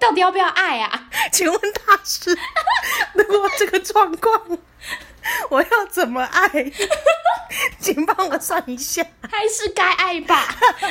底要不要爱啊？ 请问大师， 如果这个状况， 我要怎么爱？ 请帮我算一下。还是该爱吧？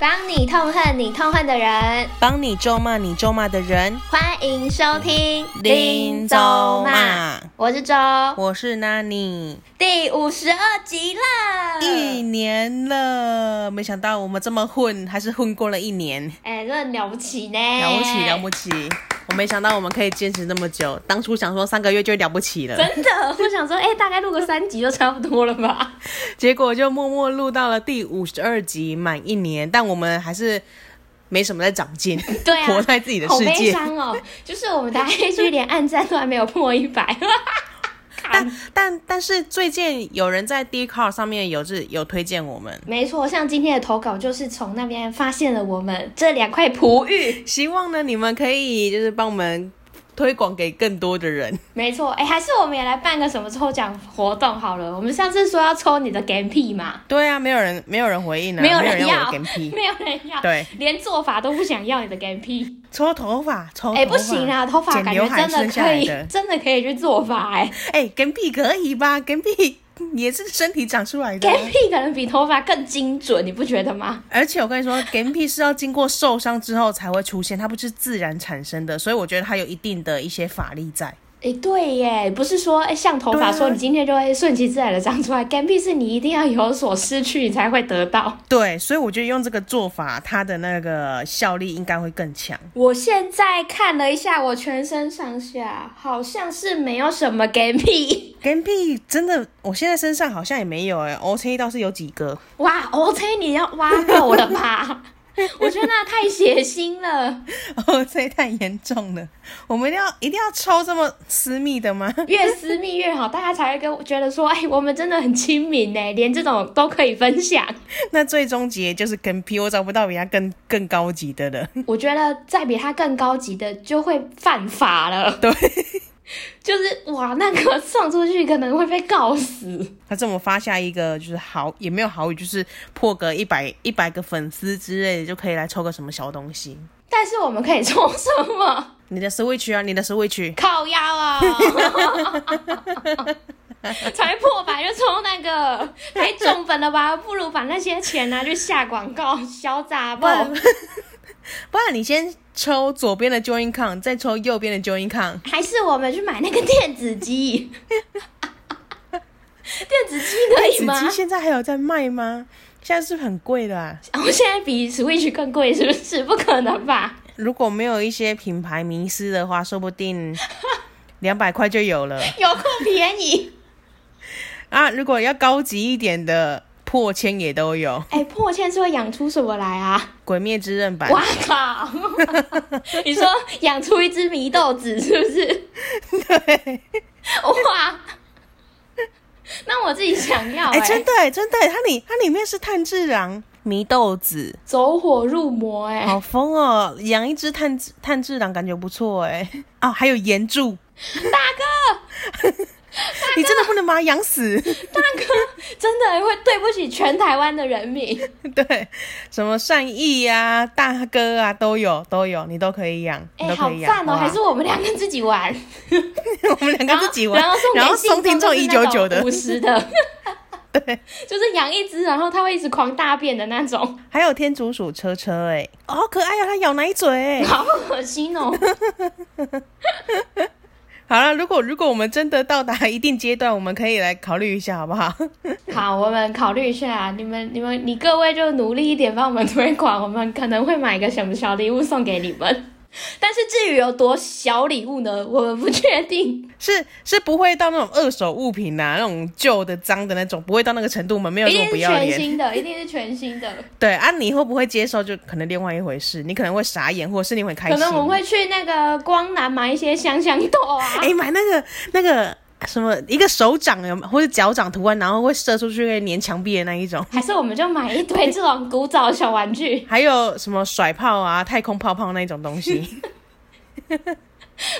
帮你痛恨你痛恨的人，帮你咒骂你咒骂的人，欢迎收听《林州骂我是周，我是 Nani。第五十二集了。一年了，没想到我们这么混，还是混过了一年，哎、真的了不起呢！了不起，了起！不起！我没想到我们可以坚持那么久，当初想说三个月就了不起了，真的，我想说，哎、大概录个三集就差不多了吧？结果就默默录到了第五十二集，满一年，但我们还是没什么在长进，对啊，活在自己的世好悲界。伤 哦，就是我们的 IG 连暗赞都还没有破一百，但但但是最近有人在 d c a r 上面有是有推荐我们，没错，像今天的投稿就是从那边发现了我们这两块璞玉，希望呢你们可以就是帮我们推广给更多的人。没错，哎，还是我们也来办个什么抽奖活动好了。我们上次说要抽你的 Game P 嘛， 对啊，没有人没有人回应啊，没有人人要要我的 P。没有人要，对，连做法都不想要你的 Game P，抽头发，哦抽头发哎，不行啊，头发剪感刘觉海真生的下可来以，的。 真的可以去做法哎、哎、跟屁可以吧？跟屁也是身体长出来的啊、 Game P 可能比头发更精准，你不觉得吗？而且我跟你说，跟屁是要经过受伤之后才会出现，它不是自然产生的，所以我觉得它有一定的一些法力在。哎、对耶，不是说哎像头发对啊说你今天就会顺其自然的长出来，干屁是你一定要有所失去，你才会得到。对，所以我觉得用这个做法，它的那个效力应该会更强。我现在看了一下，我全身上下好像是没有什么干屁。跟屁真的，我现在身上好像也没有哎、我 k 倒是有几个。 哇，OK，你要挖够了吧？ 我觉得那太血腥了，哦，这也太严重了，我们一定要一定要抽这么私密的吗？ 越私密越好，大家才会跟我觉得说，哎、我们真的很亲民呢，连这种都可以分享。那最终结就是跟屁，我找不到比它更更高级的了。 我觉得再比他更高级的就会犯法了。对， 就是哇，那个送出去可能会被告死。他这么发下一个就是好也没有好语，就是破个一百一百个粉丝之类的，就可以来抽个什么小东西。但是我们可以抽什么？你的 Switch 啊，你的 Switch，靠腰 啊、才破百就抽那个，太重本了吧？不如把那些钱拿去下广告，小杂不包。然 不然你先抽左边的 Join Con，再抽右边的 Join Con。还是我们去买那个电子 鸡？电子鸡可以紫吗？机现在还有在卖吗？现在是不是很贵的啊。我现在比 Switch 更贵，是不是？不可能吧？如果没有一些品牌迷失的话，说不 定两百块就有了有够便 宜！啊。如果要高级一点的，破千也都有，《哎、破千是会养出什么来啊？鬼灭之刃》版 哇靠！你说养出一只祢豆子是不是？ 对。哇！那我自己想要哎、哎、真的耶真的耶，它里它里面是炭治郎、祢豆子，走火入魔哎、好疯哦！养一只炭治炭治郎感觉不错哎。哦，还有岩柱，大哥， 你真的不能把它养死。 大哥，真的、会对不起全台湾的人民。对，什么善意啊、大哥啊都有都有，你都可以养，哎、你都好可以养。赞哦、好不好还是我们两个自己玩， 我们两然后个自己玩，然后送给送听众一九九的五，十的，对，就是养一只，然后它会一直狂大便的那种， 还有天竺鼠车车、哎、哦好可爱啊，它咬奶嘴、哎好恶心哦、 好了，如果如果我们真的到达一定阶段，我们可以来考虑一下，好不好？ 好，我们考虑一下，你们、你们、你各位就努力一点，帮我们推广，我们可能会买个什么小礼物送给你们。 但是至于有多小礼物呢，我们不确定，是是不会到那种二手物品呐、啊，那种旧的、脏的那种，不会到那个程度，我们没有一那定是么不要全脸。新的，一 定是全新的。对啊，你会不会接受就可能另外一回事，你可能会傻眼，或者是你会 开可心。能我们会去那个光南买一些香香豆啊， 哎、买那个那个什么一个手掌有或者脚掌图案，然后会射出去会粘墙壁的那一种。还是我们就买一堆这种古早小玩具。 还有什么甩炮啊、太空泡泡那种东 西。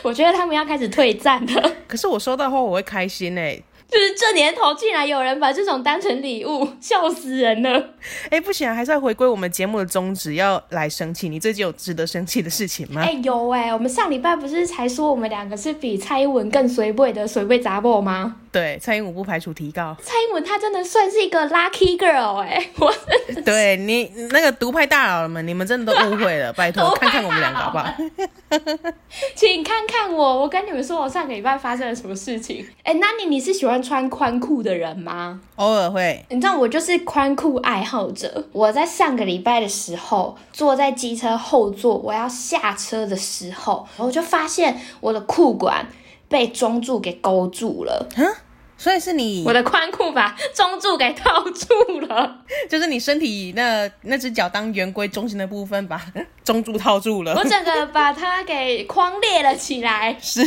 我觉得他们要开始退战了。 可是我收到后我会开心哎、就是这年头竟然有人把这种当成礼物，笑死人了。哎、不行、啊，还是要回归我们节目的宗旨，要来生气。你最近有值得生气的事情吗？哎、有哎、我们上礼拜不是才说我们两个是比蔡英文更随味的随味杂货吗？对，蔡英文不排除提 告。蔡英文她真的算是一个 lucky girl 哎、 我真的对你那个独派大佬们，你们真的都误会 了，拜托独派看看我们两个好不好大？请看看我，我跟你们说我上个礼拜发生了什么事情。哎、那你你是喜欢穿宽裤的人吗？偶尔会，你知道我就是宽裤爱好者。我在上个礼拜的时候，坐在机车后座，我要下车的时候，我就发现我的裤管被中柱给勾住了，所以是你我，的宽裤把中柱给套住了。就是你身体那那只脚当圆规中心的部分把 中柱套住 了我。整个把它给框裂了起来，是，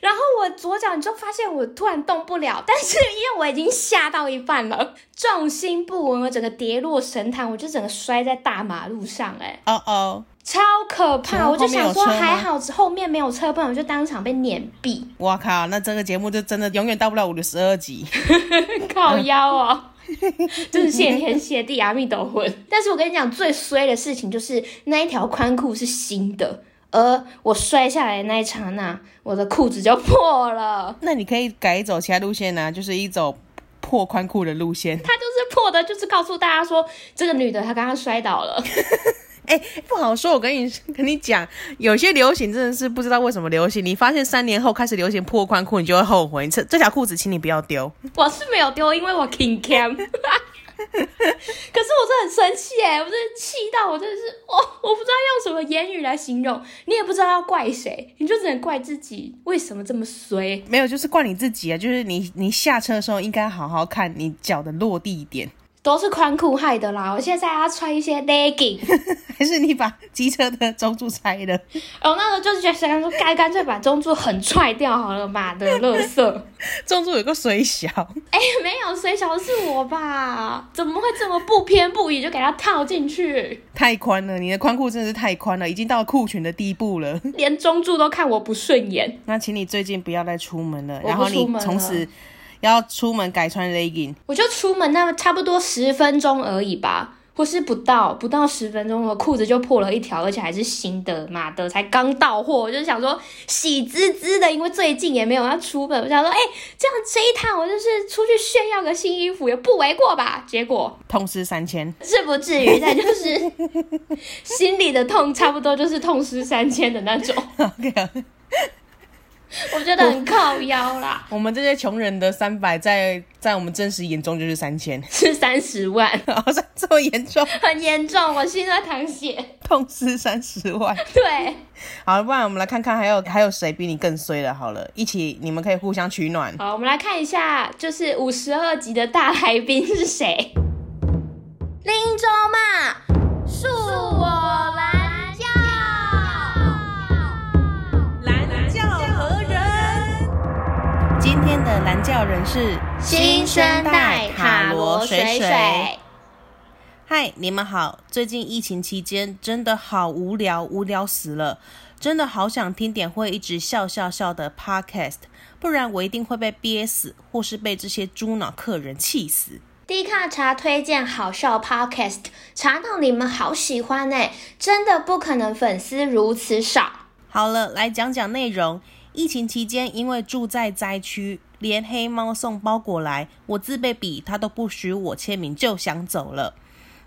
然后我左脚你就发现我突然动不了，但是因为我已经下到一半了，重心不稳，我整个跌落神坛，我就整个摔在大马路上、哎，哦哦，超可然怕！后我就想说后面有车吗还好后面没有车，不然我就当场被碾毙，哇靠，那这个节目就真的永远到不了五十二集。 靠腰哦。 就是谢天谢地，阿弥陀佛。但是我跟你讲，最衰的事情就是那一条宽裤是新的，而我摔下来的那一刹那，我的裤子就破了。那你可以改走其他路线啊，就是一走破宽裤的路线。 他就是破的，就是告诉大家说，这个女的她刚刚摔倒了。哎、不好说，我跟你跟你讲，有些流行真的是不知道为什么流行。你发现三年后开始流行破宽裤，你就会后悔。你这这条裤子，请你不要丢。我是没有丢，因为我 king cam。可是 我真的很生气哎，我真的气到我真的是，我我不知道用什么言语来形容，你也不知道要怪谁，你就只能怪自己为什么这么衰。没有，就是怪你自己啊，就是你你下车的时候应该好好看你脚的落地点， 都是宽裤害的啦！我现在要穿一些 legging，还是你把机车的中柱拆了？ 然后那时候就是觉得想说，干干脆把中柱横踹掉好了，妈的，垃圾！中柱有个水小， 哎、没有，谁小是我吧？怎么会这么不偏不倚就给他套进去？太宽了，你的宽裤真的是太宽了，已经到裤裙的地步了。连中柱都看我不顺眼。那请你最近不要再出门了，不然后你出门了从此要出门改穿 legging。我就出门那么差不多十分钟而已吧，或是不到不到十分钟，我裤子就破了一条，而且还是新的，妈的，才刚到货，我就想说喜滋滋的，因为最近也没有要出门，我想说，哎、这样这一趟我就是出去炫耀个新衣服也不为过吧？结果痛失三千，是不至于，但就是 心里的痛，差不多就是痛失三千的那种，我觉得很靠腰啦， 我们这些穷人的三百，在在我们真实眼中就是三千， 是三十万， 好像这么严重，很严重，我心在淌血，痛失三十万。对。好，不然我们来看看还有还有谁比你更衰了。好了，一起你们可以互相取暖。好，我们来看一下，就是五十二集的大来宾是谁？林州嘛，恕我蓝教。蓝教何人？今天的蓝教人是新生代塔罗水水，嗨，你们好！最近疫情期间真的好无聊，无聊死了，真的好想听点会一直笑笑笑的 podcast，不然我一定会被憋死，或是被这些猪脑客人气死。低卡茶推荐好笑 Podcast，茶到你们好喜欢哎、真的不可能粉丝如此少。好了，来讲讲内容。疫情期间，因为住在灾区，连黑猫送包裹来，我自备笔他都不许我签名，就想走了。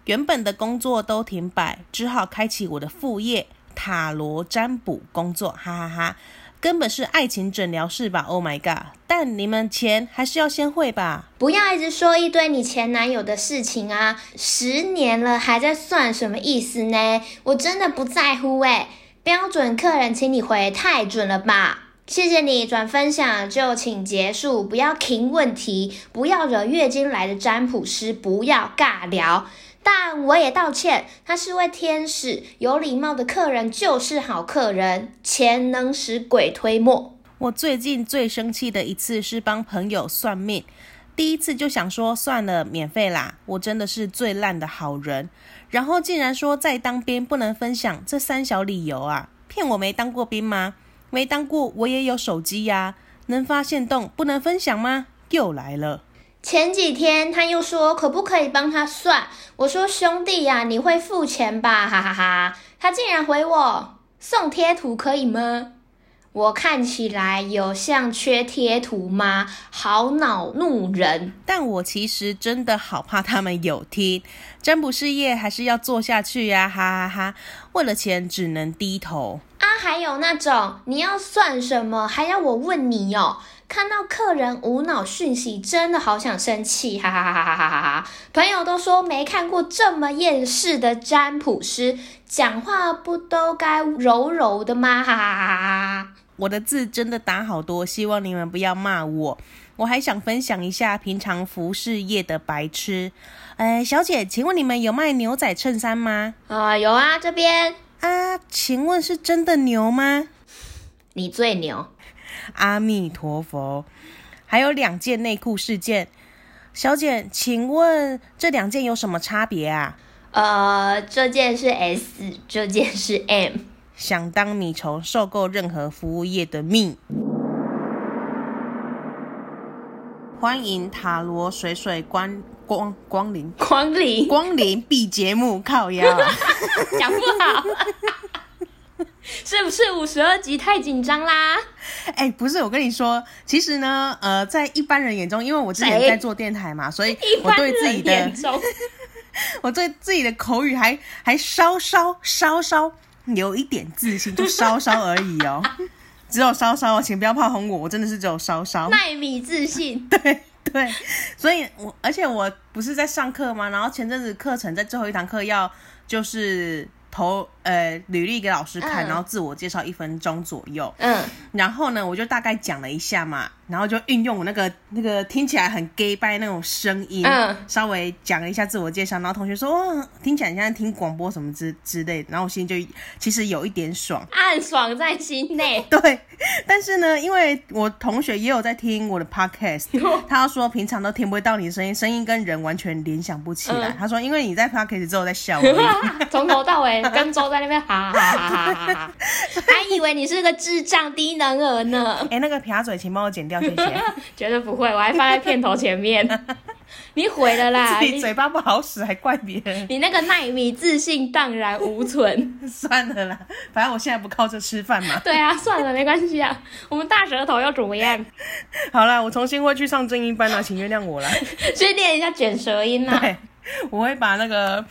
原本的工作都停摆，只好开启我的副业——塔罗占卜工作，哈哈哈根本是爱情诊疗室吧？Oh my god！但你们钱还是要先汇吧。不要一直说一堆你前男友的事情啊！十年了还在算什么意思呢？我真的不在乎哎、标准客人，请你回太准了吧！谢谢你转分享就请结束，不要停问题，不要惹月经来的占卜师，不要尬聊。但我也道歉，他是位天使，有礼貌的客人就是好客人，钱能使鬼推磨。我最近最生气的一次是帮朋友算命，第一次就想说算了，免费啦，我真的是最烂的好人。然后竟然说在当兵不能分享这三小理由啊，骗我没当过兵吗？没当过我也有手机呀、能发现动不能分享吗？又来了。前几天他又说可不可以帮他算，我说兄弟呀、你会付钱吧，哈哈哈。他竟然回我送贴图可以吗？我看起来有像缺贴图吗？好恼怒人！但我其实真的好怕他们有听，占卜事业还是要做下去呀、哈哈哈！为了钱只能低头。啊，还有那种你要算什么，还要我问你哦。看到客人无脑讯息，真的好想生气，哈哈哈哈哈哈哈！朋友都说没看过这么厌世的占卜师，讲话不都该柔柔的吗？哈哈哈哈哈哈！我的字真的打好多，希望你们不要骂我。我还想分享一下平常服饰业的白痴。哎，小姐，请问你们有卖牛仔衬衫吗？啊、有啊，这边啊，请问是真的牛吗？你最牛。阿弥陀佛。还有两件内裤事件，小姐，请问这两件有什么差别啊？呃，这件是 S，这件是 M。想当米虫，受够任何服务业的命。欢迎塔罗水水光光光临狂理光临 B 节目靠 腰啊，讲不好，是不是五十二集太紧张啦？哎、不是我跟你说，其实呢，呃，在一般人眼中，因为我之前谁在做电 台嘛，所以一我般对自己人的哦眼中，我对自己的口语还还稍稍稍稍有一点自信，就稍稍而已 哦，只有稍稍哦，请不要炮轰我，我真的是只有稍稍。耐米自 信，对，所以我而且我不是在上课吗？然后前阵子课程在最后一堂课要就是投呃履历给老师看，嗯然后自我介绍一分钟左右。嗯，然后呢，我就大概讲了一下嘛，然后就运用我那个那个听起来很 gay 拜那种声音，嗯稍微讲了一下自我介绍，然后同学说，哦，听起来你现在听广播什么之之类的，然后我心里就其实有一点爽。 暗爽在心内。对，但是呢，因为我同学也有在听我的 podcast，他说平常都听不到你的声音，声音跟人完全联想不起来。嗯他说，因为你在 podcast 之后在笑而已。从头到尾跟周在那边哈哈哈哈哈哈，还以为你是个智障低能儿呢，哎、那个撇嘴，请帮我剪掉，谢谢。绝对不会，我还放在片头前 面，你毁了啦！自己你嘴巴不好使，还怪别人。你那个耐米自信荡然无 存。算了啦，反正我现在不靠这吃饭嘛。对啊，算了，没关系啊，我们大舌头又怎么样？好啦，我重新会去上正音班啦，请原谅我啦。去练一下卷舌音呐、啊。对，我会把那个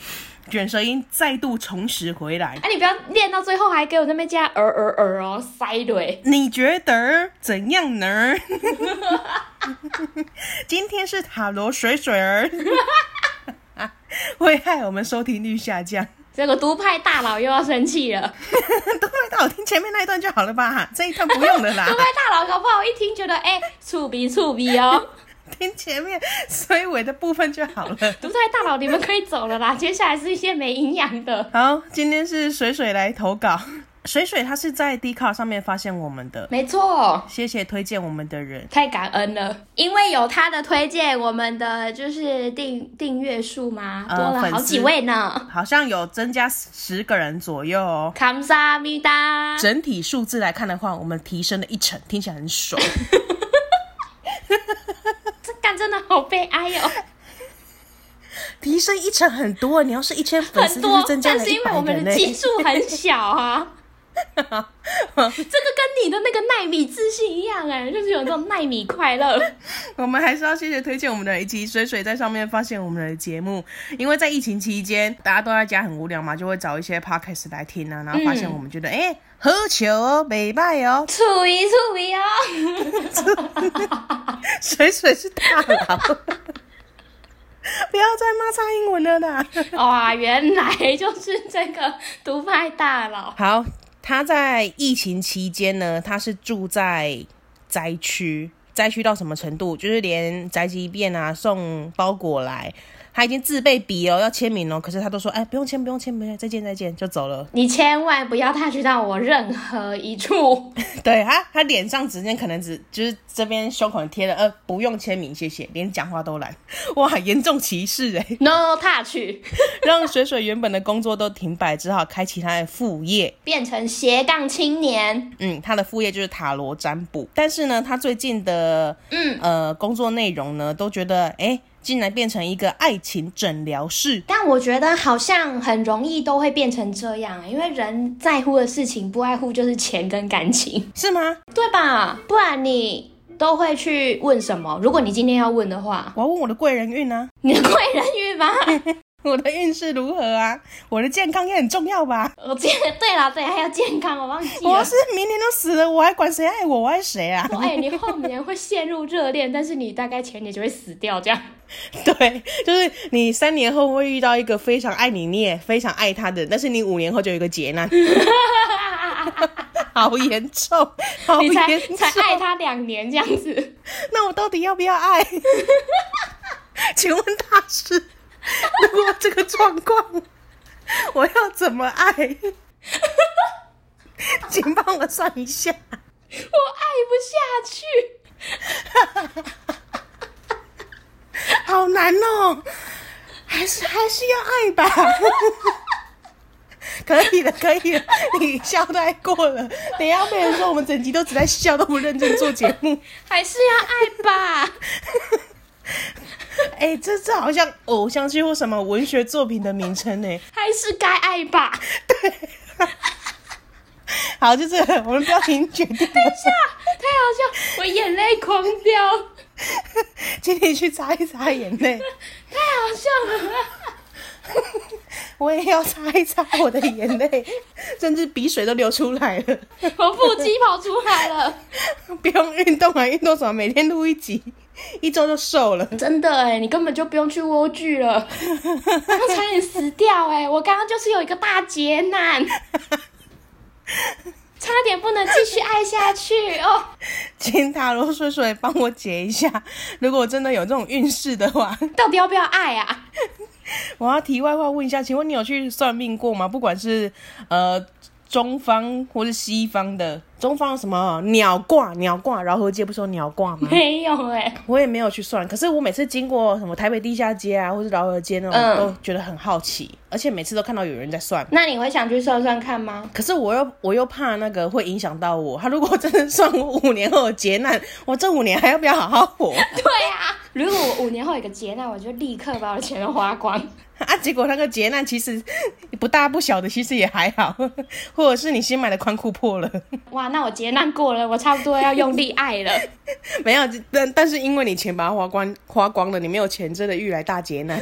卷舌音再度重拾回来。哎、你不要练到最后还给我那边加儿儿儿哦，塞对。你觉得怎样呢？今天是塔罗水水儿，会害我们收听率下降。这个独派大佬又要生气 了。都快到，我听前面那一段就好了吧？这一段不用了啦 独。派大佬搞不好一听觉得，哎、触鼻触鼻哦。 听前面衰尾的部分就好了。独派大佬，你们可以走了啦。接下来是一些没营养的。好，今天是水水来投稿。水水他是在 d 卡上面发现我们的，没错，谢谢推荐我们的人。太感恩了。因为有他的推荐，我们的就是订订阅数嘛，呃多了粉好丝几位呢。好像有增加十个人左右哦。 감사합니다。整体数字来看的话，我们提升了一成，听起来很爽。这干真的好悲哀哦，提升一成很多，你要是一千粉丝很就是多，增加但了是一因为百我们人的嘞。基数很小 啊。这个跟你的那个奈米自信一样哎、就是有那种奈米快乐。，我们还是要谢谢推荐我们的人，以及水水在上面发现我们的节目。因为在疫情期间，大家都在家很无聊嘛，就会找一些 podcast 来听啊，然后发现我们觉得，哎、喝球哦，美拜哦处一处一 哦，水水是大佬， 不要再骂蔡英文了啦。哇，原来就是这个独派大佬，好，他在疫情期间呢，他是住在灾区，灾区到什么程度？就是连宅急便啊送包裹来，他已经自备笔哦，要签名哦，可是他都说，哎，不用签，不用签，不用签，再见，再见，就走了。你千万不要 touch 到我任何一处。 对他，他脸上直接可能只就是这边胸口贴了，呃，不用签名，谢谢，连讲话都懒，哇，严重歧视哎、 No touch， 让水水原本的工作都停摆，只好开启他的副业。变成斜杠青年，嗯，他的副业就是塔罗占卜，但是呢，他最近的的嗯，呃工作内容呢，都觉得哎，诶竟然变成一个爱情诊疗室。但我觉得好像很容易都会变成这样，因为人在乎的事情不外乎就是钱跟感情，是吗？对吧？不然你都会去问什么？如果你今天要问的话，我要问我的贵人运啊，你的贵人运 吗？我的运势如何啊？我的健康也很重要吧？我记得对啦，对，还有健康，我忘记我了是。明年都死了，我还管谁爱我，我爱谁啊？ 说哎、你后年会陷入热恋，但是你大概前年就会死掉，这样。对，就是你三年后会遇到一个非常爱你，你也 非常爱他的人，但是你五年后就有一个劫难， 好严重，好你才严重。才爱他两年这样子， 那我到底要不要爱？ 请问大师，如果这个状况， 我要怎么爱？ 请帮我算一下。我爱不下去。好难哦，还是还是要爱吧。 可以了，可以了，你笑太过了。等一下被人说我们整集都只在笑，都不认真做节目。还是要爱吧。哎、这这好像偶像剧或什么文学作品的名称哎呢。还是该爱吧。 好，就这个，我们标题决定了， 啊，太好笑，我眼泪狂飙，请你去擦一擦眼泪， 太好笑了。我也要擦一擦我的眼泪，甚至鼻水都流出来了。我腹肌跑出来了，不用运动啊，运动什么？每天录一集，一周就瘦了。 真的哎，你根本就不用去蜗居了，刚刚差点死掉哎，我刚刚就是有一个大劫难，差点不能继续爱下去哦。请塔罗水水帮我解一下，如果我真的有这种运势的话，到底要不要爱啊？我要题外话问一下，请问你有去算命过吗？不管是呃中方或是西方的，中方有什么鸟卦、鸟卦，饶河街不是有鸟卦吗？没有哎，我也没有去算，可是我每次经过什么台北地下街啊，或是饶河街那种，嗯都觉得很好奇，而且每次都看到有人在算。那你会想去算算看吗？可是我又我又怕那个会影响到我，他如果真的算我五年后的劫难，我这五年还要不要好好活？ 对啊，如果我五年后有个劫难，我就立刻把我的钱都花光。啊，结果那个劫难其实不大不小的，其实也还好，或者是你新买的宽裤破了，哇，那我劫难过了，我差不多要用力爱了。 没有，但但是因为你钱把它花光花光了，你没有钱，真的遇来大劫难。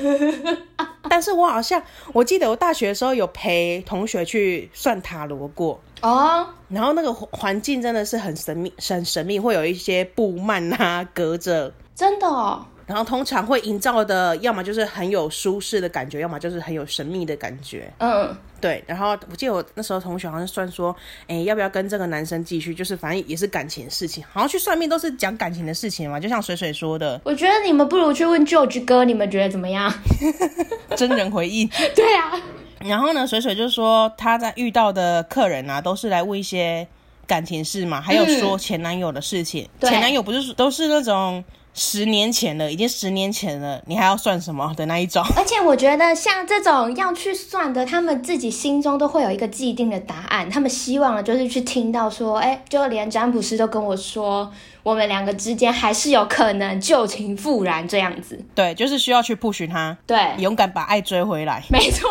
但是我好像我记得我大学的时候有陪同学去算塔罗过，哦，然后那个环环境真的是很神秘，很神秘，会有一些布幔啊隔着。真的哦，然后通常会营造的，要么就是很有舒适的感觉，要么就是很有神秘的感觉。嗯，对，然后我记得我那时候同学好像算说，哎，要不要跟这个男生继续？就是反正也是感情事情，好像去算命都是讲感情的事情嘛，就像水水说的，我觉得你们不如去问 George 哥，你们觉得怎么样？真人回忆。 对啊，然后呢，水水就说他在遇到的客人啊，都是来问一些感情事嘛，还有说前男友的事情。对前男友不是都是那种十年前了，已经十年前了，你还要算什么的那一种？而且我觉得像这种要去算的，他们自己心中都会有一个既定的答案，他们希望的就是去听到说，哎，就连占卜师都跟我说，我们两个之间还是有可能旧情复燃这样子。对，就是需要去 push 他，对，勇敢把爱追回来。没错，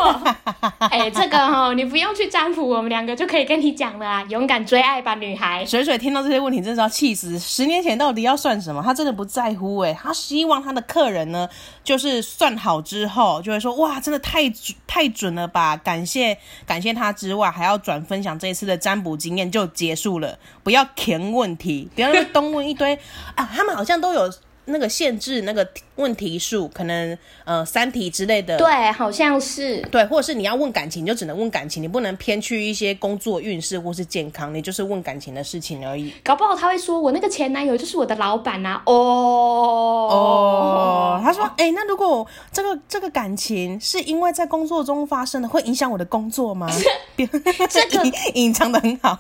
哎，这个哦，你不用去占卜，我们两个就可以跟你讲了啊，勇敢追爱吧，女孩。水水听到这些问题，真是要气死！十年前到底要算什么？他真的不在乎哎、他希望他的客人呢，就是算好之后就会说哇，真的太准太准了吧！感谢感谢他之外，还要转分享这一次的占卜经验就结束了，不要填问题，不要那么东问一堆啊！他们好像都有那个限制那个问题数，可能呃三题之类的。对，好像是。对，或者是你要问感情，你就只能问感情，你不能偏去一些工作运势或是健康，你就是问感情的事情而已。搞不好他会说，我那个前男友就是我的老板呐、哦哦哦，他说：“哎、那如果这个这个感情是因为在工作中发生的，会影响我的工 作吗？”这 个隐藏的很好，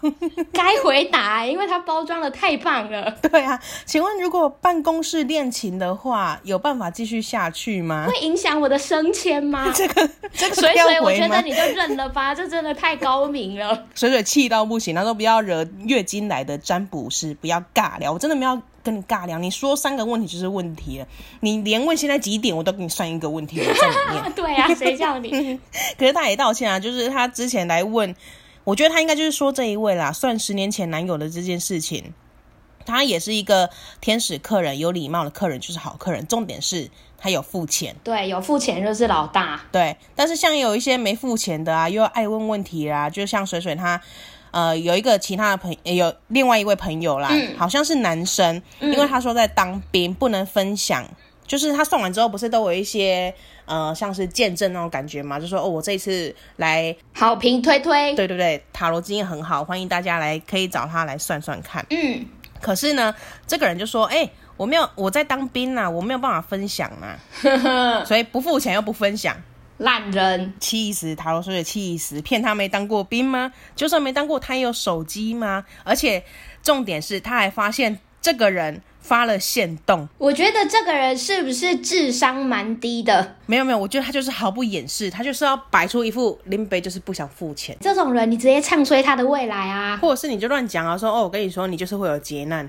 该回答，因为他包装的太棒了，对啊。请问，如果办公室恋情的话，有办法继续下去吗？会影响我的升迁吗？ 这个这个水要水，我回觉得吗？你就认了吧， 这真的太高明了。 水水气到不行，他说不要惹月经来的占卜师，不要尬聊，我真的没有跟你尬聊，你说三个问题就是问题了，你连问现在几点我都给你算一个问题我在里面。对啊，谁叫 你？可是他也道歉啊，就是他之前来问，我觉得他应该就是说这一位啦，算十年前男友的这件事情。他也是一个天使客人，有礼貌的客人就是好客人。重点是他有付钱，对，有付钱就是老大。对。但是像有一些没付钱的啊，又爱问问题啦，就像水水他，呃，有一个其他的朋呃有另外一位朋友啦，好像是男生，因为他说在当兵不能分享，就是他送完之后不是都有一些呃像是见证那种感觉嘛，就说哦我这一次来好评推推，对对对，塔罗经验很好，欢迎大家来，可以找他来算算看。嗯， 可是呢，这个人就说：“哎、我没有，我在当兵呐、我没有办法分享啊， 所以不付钱又不分享，烂人。气死！塔罗说的气死，骗他没当过兵吗？就算没当过，他也有手机吗？而且重点是，他还发现这个人发了限动，我觉得这个人是不是智商蛮低的？没有没有，我觉得他就是毫不掩饰，他就是要摆出一副林北就是不想付钱。”这种人你直接唱衰他的未来啊！或者是你就乱讲啊，说哦，我跟你说，你就是会有劫难，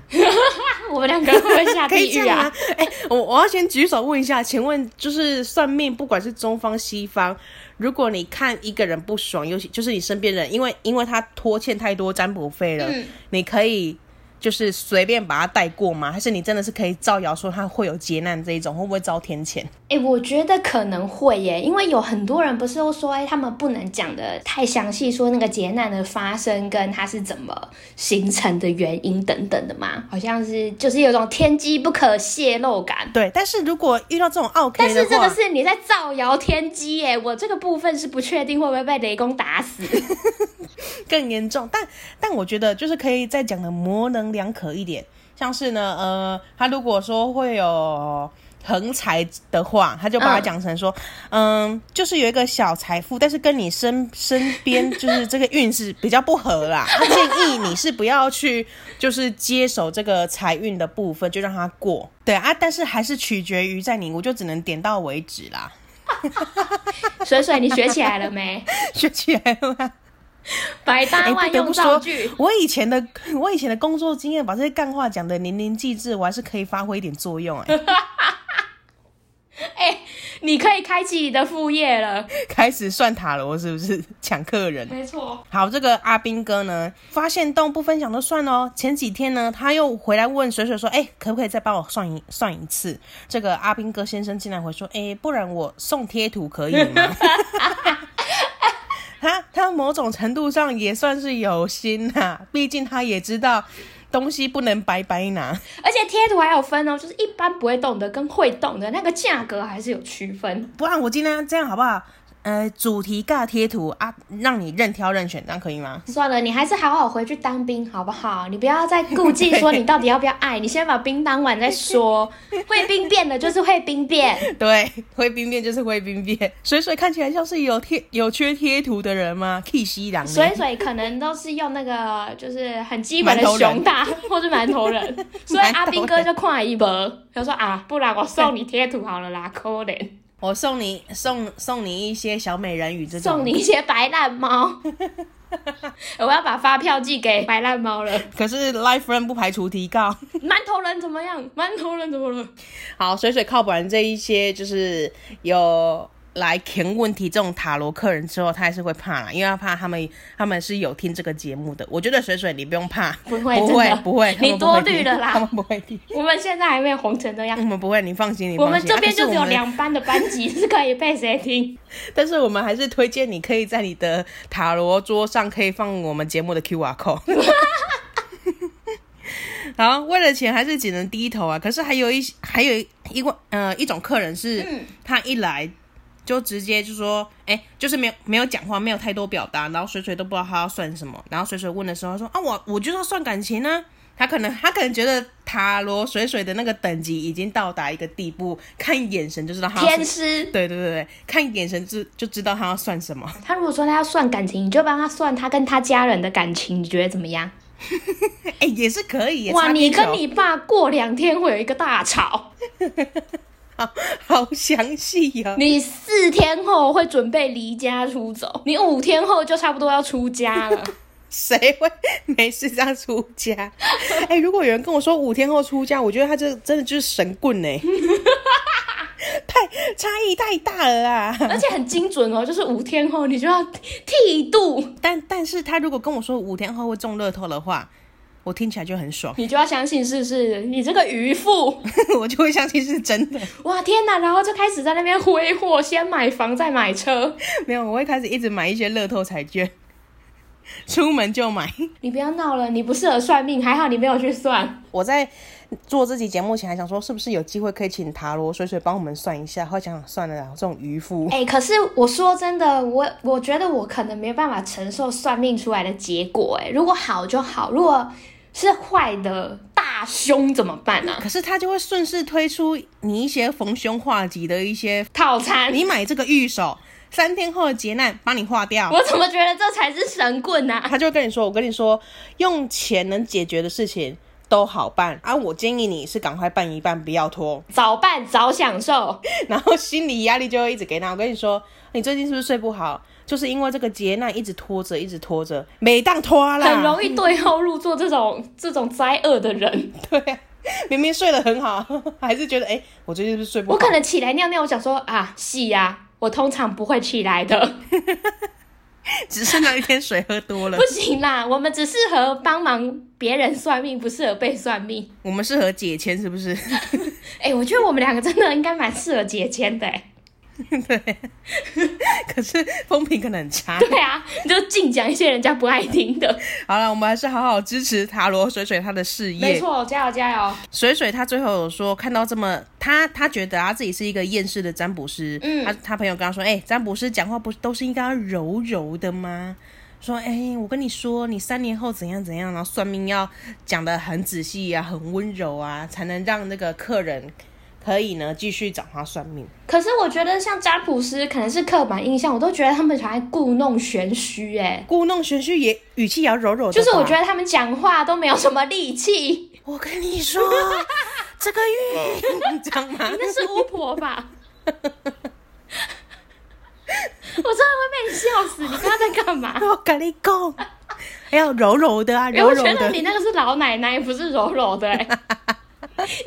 我们两个会不会下可以地这狱样啊？啊！哎、我我要先举手问一下，请问就是算命，不管是中方西方，如果你看一个人不爽，尤其就是你身边人，因为因为他拖欠太多占卜费了，嗯你可以就是随便把他带过吗？还是你真的是可以造谣说他会有劫难这一种，会不会遭天谴？哎、我觉得可能会耶，因为有很多人不是都说，哎、他们不能讲的太详细，说那个劫难的发生跟它是怎么形成的原因等等的嘛，好像是就是有种天机不可泄露感。对，但是如果遇到这种 OK 但的是话，这个是你在造谣天机耶，我这个部分是不确定会不会被雷公打死。 更严重。但但我觉得就是可以再讲的模棱两可一点，像是呢，呃，他如果说会有横财的话，他就把它嗯讲成说，嗯就是有一个小财富，但是跟你身身边就是这个运势比较不合啦。他建议你是不要去就是接手这个财运的部分，就让它过。对啊，但是还是取决于在你，我就只能点到为止啦。 水水，你学起来了没？学起来了吗。百哎、搭万不得用不造说句。，我以前的 我以前的工作经验，把这些干话讲的淋漓尽致，我还是可以发挥一点作用、 哎，你可以开启你的副业了。开始算塔罗是不是 抢客人？没错，好，这个阿兵哥呢，发现洞不分享都算喽。前几天呢，他又回来问水水说：“哎、可不可以再帮我算一算一次？”这个阿兵哥先生竟然回说：“哎、不然我送贴图可以吗？” 他他某种程度上也算是有心呐、毕竟他也知道东西不能白白拿。而且贴图还有分哦，就是一般不会动的跟会动的那个价格还是有区分。不然我今天这样好不好？呃，主题尬贴图啊，让你任挑任选，这样可以 吗？ 算了，你还是好好回去当兵好不好？你不要再顾忌说你到底要不要爱，你先把兵当完再 说。会兵变的就是会兵变，对，会兵变就是会兵变。水水看起来像是有贴有缺贴图的人吗？K 西郎呢，水水可能都是用那个就是很基本的馒头人熊大 或是馒头人，所以阿兵哥就跨一波，他说啊，不然我送你贴图好了啦，可怜，我送你送送你一些小美人鱼这种，送你一些白烂 猫。我要把发票寄给白烂猫了。可是 Life Friend 不排除提告。馒头人怎么样？馒头人怎么了？好，水水靠完这一些就是有来填问题这种塔罗客人之后，他还是会怕啦，因为他怕他们他们是有听这个节目的。我觉得水水你不用怕， 不会不真的会不会，他你们不多会虑听了啦 他们不会听。我们现在还没有红成这样我。们不会，你放心，你我放们心。这边啊可是就只有我们两班的班级是可以被谁听？ 但是我们还是推荐你可以在你的塔罗桌上可以放我们节目的 QR code。好，为了钱还是只能低头啊。可是还有一些还有一个呃一种客人是，他一来就直接就说，哎、就是没有没有讲话，没有太多表达，然后水水都不知道他要算什么。然后水水问的时候他说啊，我我就是要算感情呢、他可能他可能觉得塔罗水水的那个等级已经到达一个地步，看眼神就知道他要天是师，对对对对，看眼神就就知道他要算什么。 他如果说他要算感情，你就帮他算他跟他家人的感情，你觉得怎么样？哎、也是可以耶。哇，擦你边球跟你爸过两天会有一个大吵，好 好详细哦哟、你 四天后会准备离家出走，你五天后就差不多要出家了。谁会没事这样出家？ 哎、如果有人跟我说五天后出家，我觉得他这真的就是神棍哎、 太差异太大了啊啦！而且很精准哦，就是五天后你就要剃度， 但但是他如果跟我说五天后会中乐透的话，我听起来就很爽， 你就要相信是不是？你这个渔夫，我就会相信是真的。哇天哪！然后就开始在那边挥霍，先买房再买车。没有，我会开始一直买一些乐透彩券，出门就买。你不要闹了，你不适合算命，还好你没有去算。我在做这期节目前还想说，是不是有机会可以请塔罗水水帮我们算一下？后来想想算了啦，这种渔夫。哎、可是我说真的，我我觉得我可能没办法承受算命出来的结果、哎，如果好就好，如果是坏的大凶怎么办呢、啊？可是他就会顺势推出你一些逢凶化吉的一些，套餐，你买这个玉手，三天后的劫难帮你化掉。我怎么觉得这才是神棍呢、啊？他就会跟你说：“我跟你说，用钱能解决的事情都好办啊，我建议你是赶快办一办，不要拖。早办早享受，”然后心理压力就会一直给他。我跟你说，你最近是不是睡不好？就是因为这个劫难一直拖着，一直拖着，每当拖啦，很容易对号入座这种这种灾厄的人。对啊、明明睡得很好， 还是觉得哎、诶我最近是不是睡不好？我可能起来尿尿，我想说啊，是呀、我通常不会起来的，只是那一天水喝多了 不。行啦，我们只适合帮忙别人算命，不适合被算命。我们适合解签是不 是？哎、我觉得我们两个真的应该蛮适合解签的、哎 对， 可是风评可能很 差。对啊，你就净讲一些人家不爱听的。好了，我们还是好好支持塔罗水水他的事业。没错，加油加油！水水他最后有说，看到这么他他觉得啊他自己是一个厌世的占卜师，嗯他他朋友跟他说，哎、占卜师讲话不是都是应该要柔柔的吗？说，哎、我跟你说，你三年后怎样怎样，然后算命要讲的很仔细啊，很温柔啊，才能让那个客人可以呢继续找他算命。可是我觉得像占卜师可能是刻板印象，我都觉得他们还故弄玄虚、哎，故弄玄虚也语气也要柔柔的吧，就是我觉得他们讲话都没有什么力气。 我跟你说，这个 玉，这样吗？那是巫婆吧？我真的会被你笑死！你刚刚在干嘛？我跟你讲，要柔柔的啊，哎，柔我柔觉得的。你那个是老奶奶，不是柔柔的、 哎，你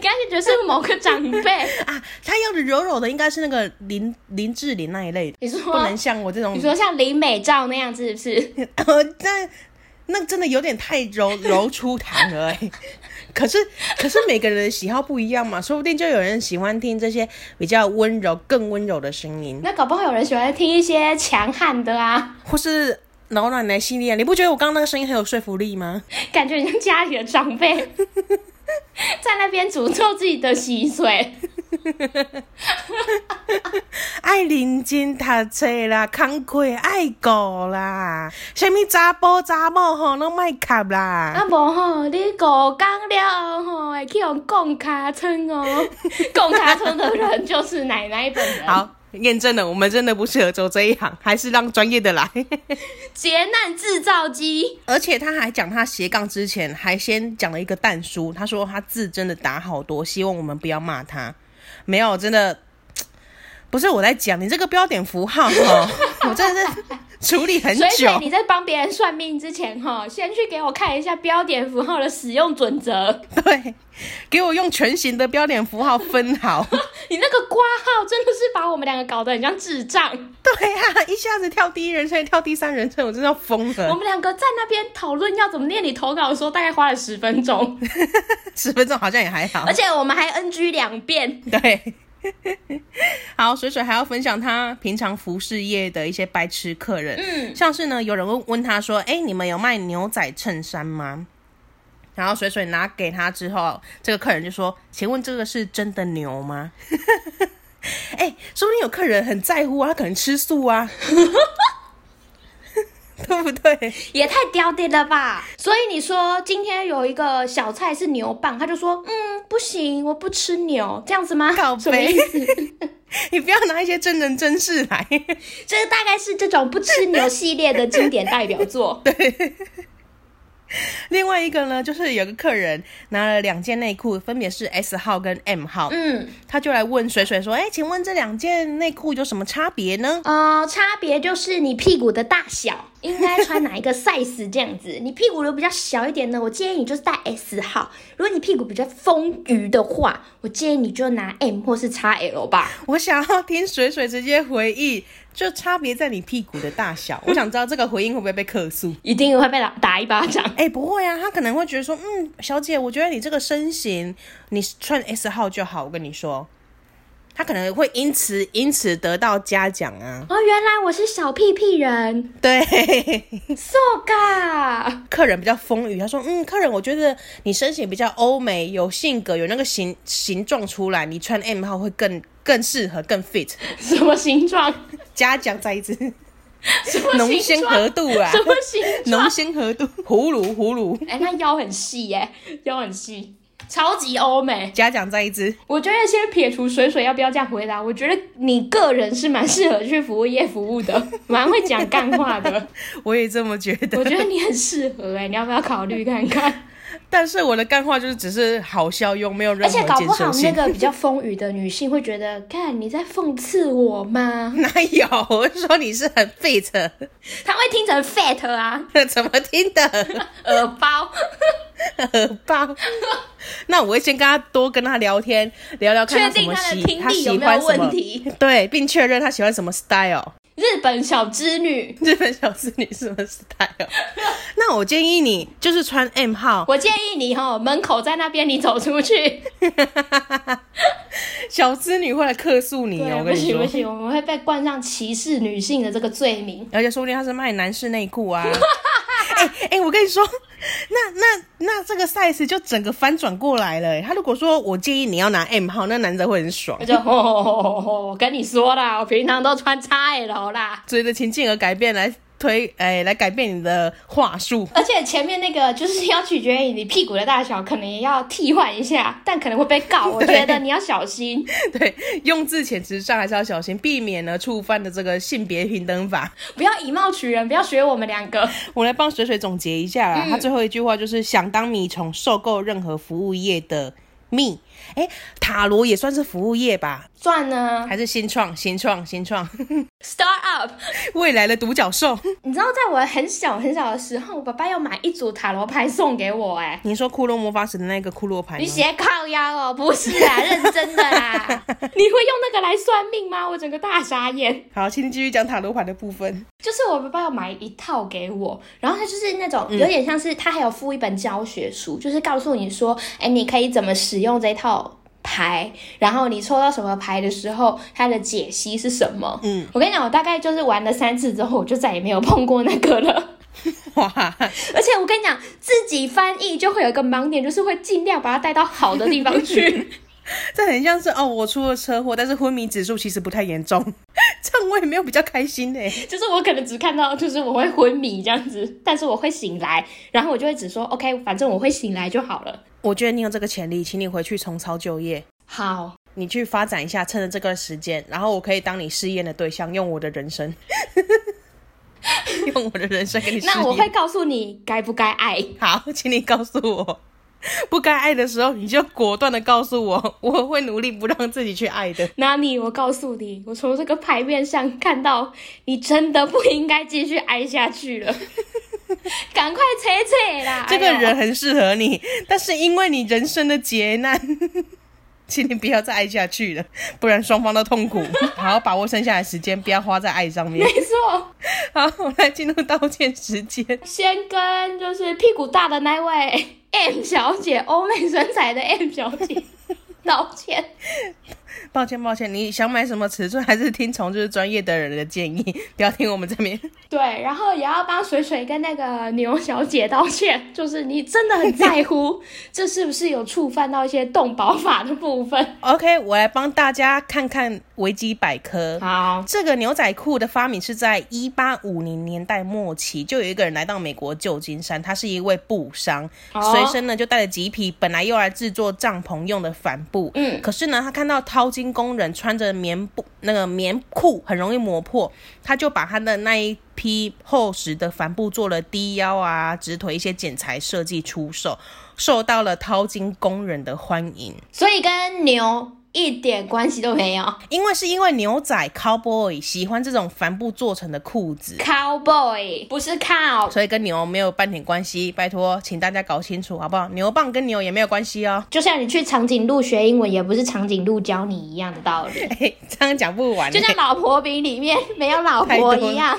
感觉是某个长辈。啊，他要的柔柔的应该是那个林林志玲那一类的，你说不能像我这种你，说像林美照那样子，是不 是？呃， 那那真的有点太柔 柔出糖了、欸。 可是可是每个人的喜好不一样嘛，说不定就有人喜欢听这些比较温柔、更温柔的声音，那搞不好有人喜欢听一些强悍的啊，或是老奶奶系列。你不觉得我刚刚那个声音很有说服力吗？感觉你像家里的长辈，在那边诅咒自己的洗水。 爱认真读册啦，工课爱顾啦，啥物查甫查某吼拢莫卡啦。啊无吼，你五讲了吼，会去用贡卡村 哦。贡卡村的人就是奶奶本人。，好，验证了，我们真的不适合走这一行，还是让专业的来。 劫难制造机，而且他还讲，他斜杠之前还先讲了一个蛋书，他说他字真的打好多，希望我们不要骂他。没有，真的不是我在讲你这个标点符 号哦，我真的是处理很所以所以久。你在帮别人算命之前哈，先去给我看一下标点符号的使用准则。 对，给我用全形的标点符号分 好。你那个挂号真的是把我们两个搞得很像智障。对呀、一下子跳第一人称，跳第三人称，我真的要疯我了。们两个在那边讨论要怎么念你投稿的时候，大概花了十分钟，十分钟好像也还好而。且我们还 NG 两遍。 对，好，水水还要分享他平常服饰业的一些白痴客人，嗯，像是呢，有人问问他说：“哎、你们有卖牛仔衬衫吗？”然后水水拿给他之后，这个客人就说：“请问这个是真的牛吗？” 哎、说不定有客人很在乎啊，他可能吃素啊， 对不对？也太刁滴了吧！所以你说今天有一个小菜是牛蒡，他就说，嗯，不行，我不吃牛，这样子吗？靠什么意背思？你不要拿一些真人真事来。这大概是这种不吃牛系列的经典代表作。另外一个呢，就是有个客人拿了两件内裤，分别是 S 号跟 M 号，嗯，他就来问水水说：“哎、请问这两件内裤有什么差别呢？”呃，差别就是你屁股的大小。应该穿哪一个 size 这样子。 你屁股如果比较小一点呢，我建议你就是带 S 号；如果你屁股比较丰腴的话，我建议你就拿 M 或是 XL 吧。我想要听水水直接回忆，就差别在你屁股的大小。我想知道这个回应会不会被客诉？一定会被打打一巴掌。 哎、不会啊，他可能会觉得说，嗯，小姐，我觉得你这个身形，你穿 S 号就好。我跟你说，他可能会因此因此得到嘉奖啊。 哦，原来我是小屁屁人对， ，so ga。客人比较丰腴，他说，嗯，客人，我觉得你身形比较欧美，有性格，有那个形形状出来，你穿 M 号会更更适合，更 fit。什么形状？嘉奖再一支，什么形状浓鲜合度啊什么形状浓？鲜合度，葫芦葫芦，哎、那腰很细耶、腰很细，超级欧美。嘉奖再一支。我觉得先撇除水水要不要这样回答，我觉得你个人是蛮适合去服务业服务的，蛮会讲干话的。我也这么觉得。我觉得你很适合哎、你要不要考虑看看？但是我的干话就是只是好笑用，没有任而何且搞建不好 设性。那个比较丰腴的女性会觉得，看你在讽刺我吗？哪有？我是说你是很 fit，她会听成 fat 啊， 怎么听的？耳包。很棒。 那我会先跟他多跟他聊天，聊聊看确他什定么他的喜，听他力有喜没欢有什么问，题？ 对，并确认他喜欢什么 style。 日本小织女，日本小侍女什么 style？那我建议你就是穿 M 号，我建议你哈、门口在那边你走出去。小织女会来客诉你对哦。啊，不我跟行不你说，行，我们会被冠上歧视女性的这个罪名。而且说不定他是卖男士内裤 啊。哎哎、我跟你说，那那那这个 size 就整个翻转过来了、欸他如果说我建议你要拿 M 号，那男的会很爽我。就吼吼吼吼吼，我跟你说啦，我平常都穿 XL 啦。随着情境而改变来推，哎、来改变你的话术。 而且前面那个就是要取决于你屁股的大小，可能也要替换一下，但可能会被告。我觉得你要小心。对，用字遣词上还是要小心，避免呢触犯的这个性别平等法。不要以貌取人，不要学我们两个。我来帮水水总结一下啦，他最后一句话就是想当米虫，受够任何服务业的蜜。哎、塔罗也算是服务业吧？算呢还是新创？新创？新创？ ，start up。未来的独角兽？你知道，在我很小很小的时候，我爸爸要买一组塔罗牌送给我、哎。你说骷髅魔法使的那个骷髅牌你吗？斜靠腰哦，不是啦，认真的啦。你会用那个来算命吗？我整个大傻眼。好，请你继续讲塔罗牌的部分。就是我爸爸要买一套给我，然后他就是那种有点像是他还有附一本教学书，就是告诉你说，哎，你可以怎么使用这套牌，然后你抽到什么牌的时候，它的解析是什么。嗯，我跟你讲，我大概就是玩了三次之后，我就再也没有碰过那个了。 哇，而且我跟你讲，自己翻译就会有一个盲点，就是会尽量把它带到好的地方去。这很像是哦，我出了车祸，但是昏迷指数其实不太严重， 这样我也没有比较开心呢、就是我可能只看到，就是我会昏迷这样子，但是我会醒来，然后我就会只说 OK，反正我会醒来就好了。我觉得你有这个潜力，请你回去重操旧业，好，你去发展一下，趁着这个时间，然后我可以当你试验的对象，用我的人生， 用我的人生给你试验。那我会告诉你该不该爱。 好，请你告诉我，不该爱的时候，你就果断的告诉我，我会努力不让自己去爱的。那你，我告诉你，我从这个牌面上看到你真的不应该继续挨下去了， 赶快扯扯啦！这个哎呦人很适合你，但是因为你人生的劫难， 请你不要再爱下去了，不然双方都 痛苦。好好把握剩下的时间，不要花在爱上面。没错，好，我们来进入道歉时间。先跟就是屁股大的那位 M 小姐，欧美身材的 M 小姐道歉。抱歉，抱歉，你想买什么尺寸，还是听从就是专业的人的建议，不要听我们这 边。对，然后也要帮水水跟那个牛小姐道歉，就是你真的很在乎 这是不是有触犯到一些动保法的部分。 OK，我来帮大家看看维基百科。好，这个牛仔裤的发明是在一八五零年代末期，就有一个人来到美国旧金山，他是一位布商，哦随身呢就带了几匹本来用来制作帐篷用的帆布。嗯可是呢，他看到淘金工人穿着棉布那个棉裤很容易磨破，他就把他的那一批厚实的帆布做了低腰啊、直腿一些剪裁设计出售，受到了淘金工人的欢迎。所以跟牛一点关系都没有。因为是因为牛仔 cowboy 喜欢这种帆布做成的裤子， Cowboy 不是 cow，所以跟牛没有半点关系。拜托，请大家搞清楚好不好？牛蒡跟牛也没有关系哦。 就像你去长颈鹿学英文，也不是长颈鹿教你一样的道 理。嘿嘿这样讲不完欸，就像《老婆饼》里面没有老婆一样，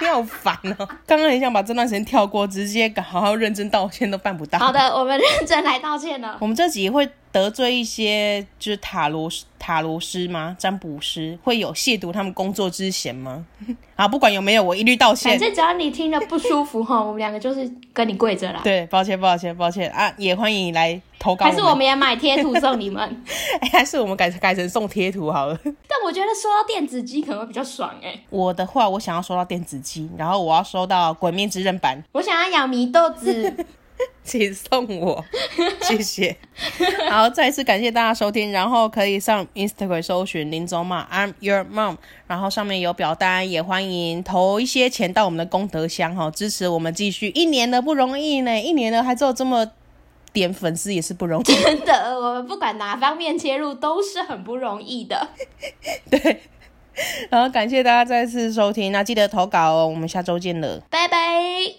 你好烦哦。刚刚很想把这段时间跳过，直接好好认真道歉都办不到。好的，我们认真来道歉 了。我们这集会得罪一些就是塔罗塔罗师吗？占卜师会有亵渎他们工作之嫌吗？ 啊，不管有没有，我一律道反歉。正只要你听了不舒服哈，我们两个就是跟你跪着啦。对，抱歉，抱歉，抱歉啊！也欢迎你来投稿。还是我们也买贴图送你 们？ 哎，还是我们改改成送贴图好了。但我觉得说到电子鸡可能会比较爽哎、我的话，我想要收到电子机，然后我要收到《鬼面之刃》版，我想要养祢豆子， 请送 我，谢谢。好，再一次感谢大家收听，然后可以上 Instagram 搜寻林总马 I'm Your Mom，然后上面有表单，也欢迎投一些钱到我们的功德箱哈，支持我们继续。一年了不容易呢，一年了还只有这么点粉丝也是不容易。 真的，我们不管哪方面切入都是很不容易的。对，然后感谢大家再次收听，那记得投稿哦，我们下周见了。拜拜。